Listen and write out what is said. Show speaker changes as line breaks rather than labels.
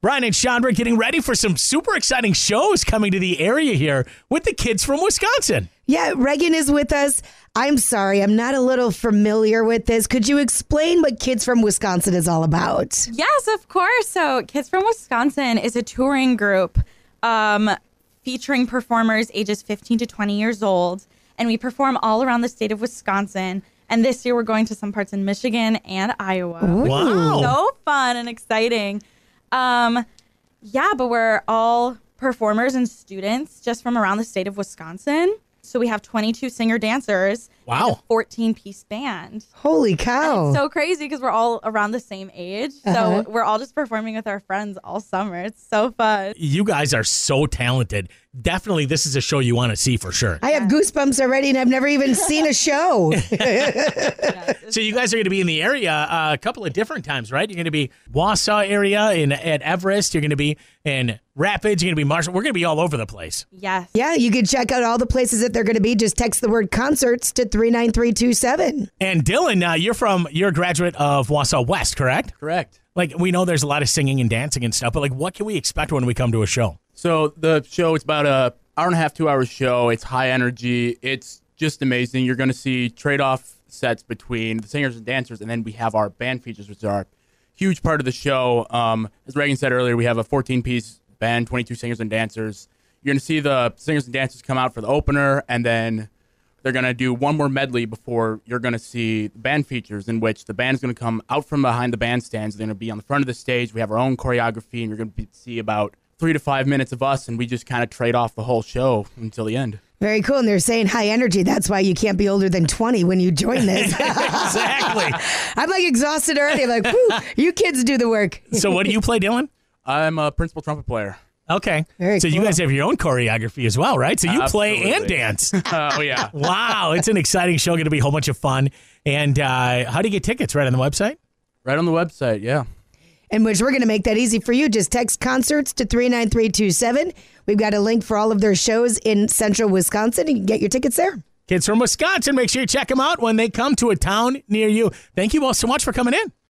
Brian and Chandra getting ready for some super exciting shows coming to the area here with the kids from Wisconsin.
Yeah, Reagan is with us. I'm sorry, I'm not a little familiar with this. Could you explain what Kids from Wisconsin is all about?
Yes, of course. So, Kids from Wisconsin is a touring group um, featuring performers ages 15 to 20 years old. And we perform all around the state of Wisconsin. And this year, we're going to some parts in Michigan and Iowa.
Wow.
So fun and exciting. Um, yeah, but we're all performers and students just from around the state of Wisconsin. So we have 22 singer dancers,
Wow.
14 piece band.
Holy cow.
It's so crazy because we're all around the same age.
Oh. Uh-huh.
So we're all just performing with our friends all summer. It's so fun.
You guys are so talented. Definitely, this is a show you want to see for sure.
I have goosebumps already and I've never even seen a show.
So you guys are going to be in the area uh, a couple of different times, right? You're going to be Wausau area in at Everest. You're going to be in Rapids. You're going to be Marshall. We're going to be all over the place.
Yes.
yeah, you can check out all the places that they're going to be. Just text the word concerts to 39327.
And Dylan, uh, you're from you're a graduate of Wausau West, correct?
Correct.
Like we know there's a lot of singing and dancing and stuff, but like what can we expect when we come to a show?
So the show it's about a hour and a half, two hour show. It's high energy. It's just amazing. You're gonna see trade off sets between the singers and dancers, and then we have our band features, which are a huge part of the show. Um, as Reagan said earlier, we have a 14 piece band, 22 singers and dancers. You're gonna see the singers and dancers come out for the opener, and then they're gonna do one more medley before you're gonna see the band features, in which the band's gonna come out from behind the bandstands. They're gonna be on the front of the stage. We have our own choreography, and you're gonna be, see about three to five minutes of us, and we just kind of trade off the whole show until the end.
Very cool. And they're saying high energy. That's why you can't be older than 20 when you join this.
Exactly.
I'm like exhausted already. I'm like, whew, you kids do the work.
so what do you play, Dylan?
I'm a principal trumpet player.
Okay.
Very
so you
cool.
guys have your own choreography as well, right? So you play and
Absolutely.
dance.
oh yeah.
wow, it's an exciting show. Going to be a whole bunch of fun. And uh, how do you get tickets? Right on the website.
Right on the website, yeah.
And which we're going to make that easy for you. Just text concerts to 39327. We've got a link for all of their shows in central Wisconsin. You can get your tickets there.
Kids from Wisconsin, make sure you check them out when they come to a town near you. Thank you all so much for coming in.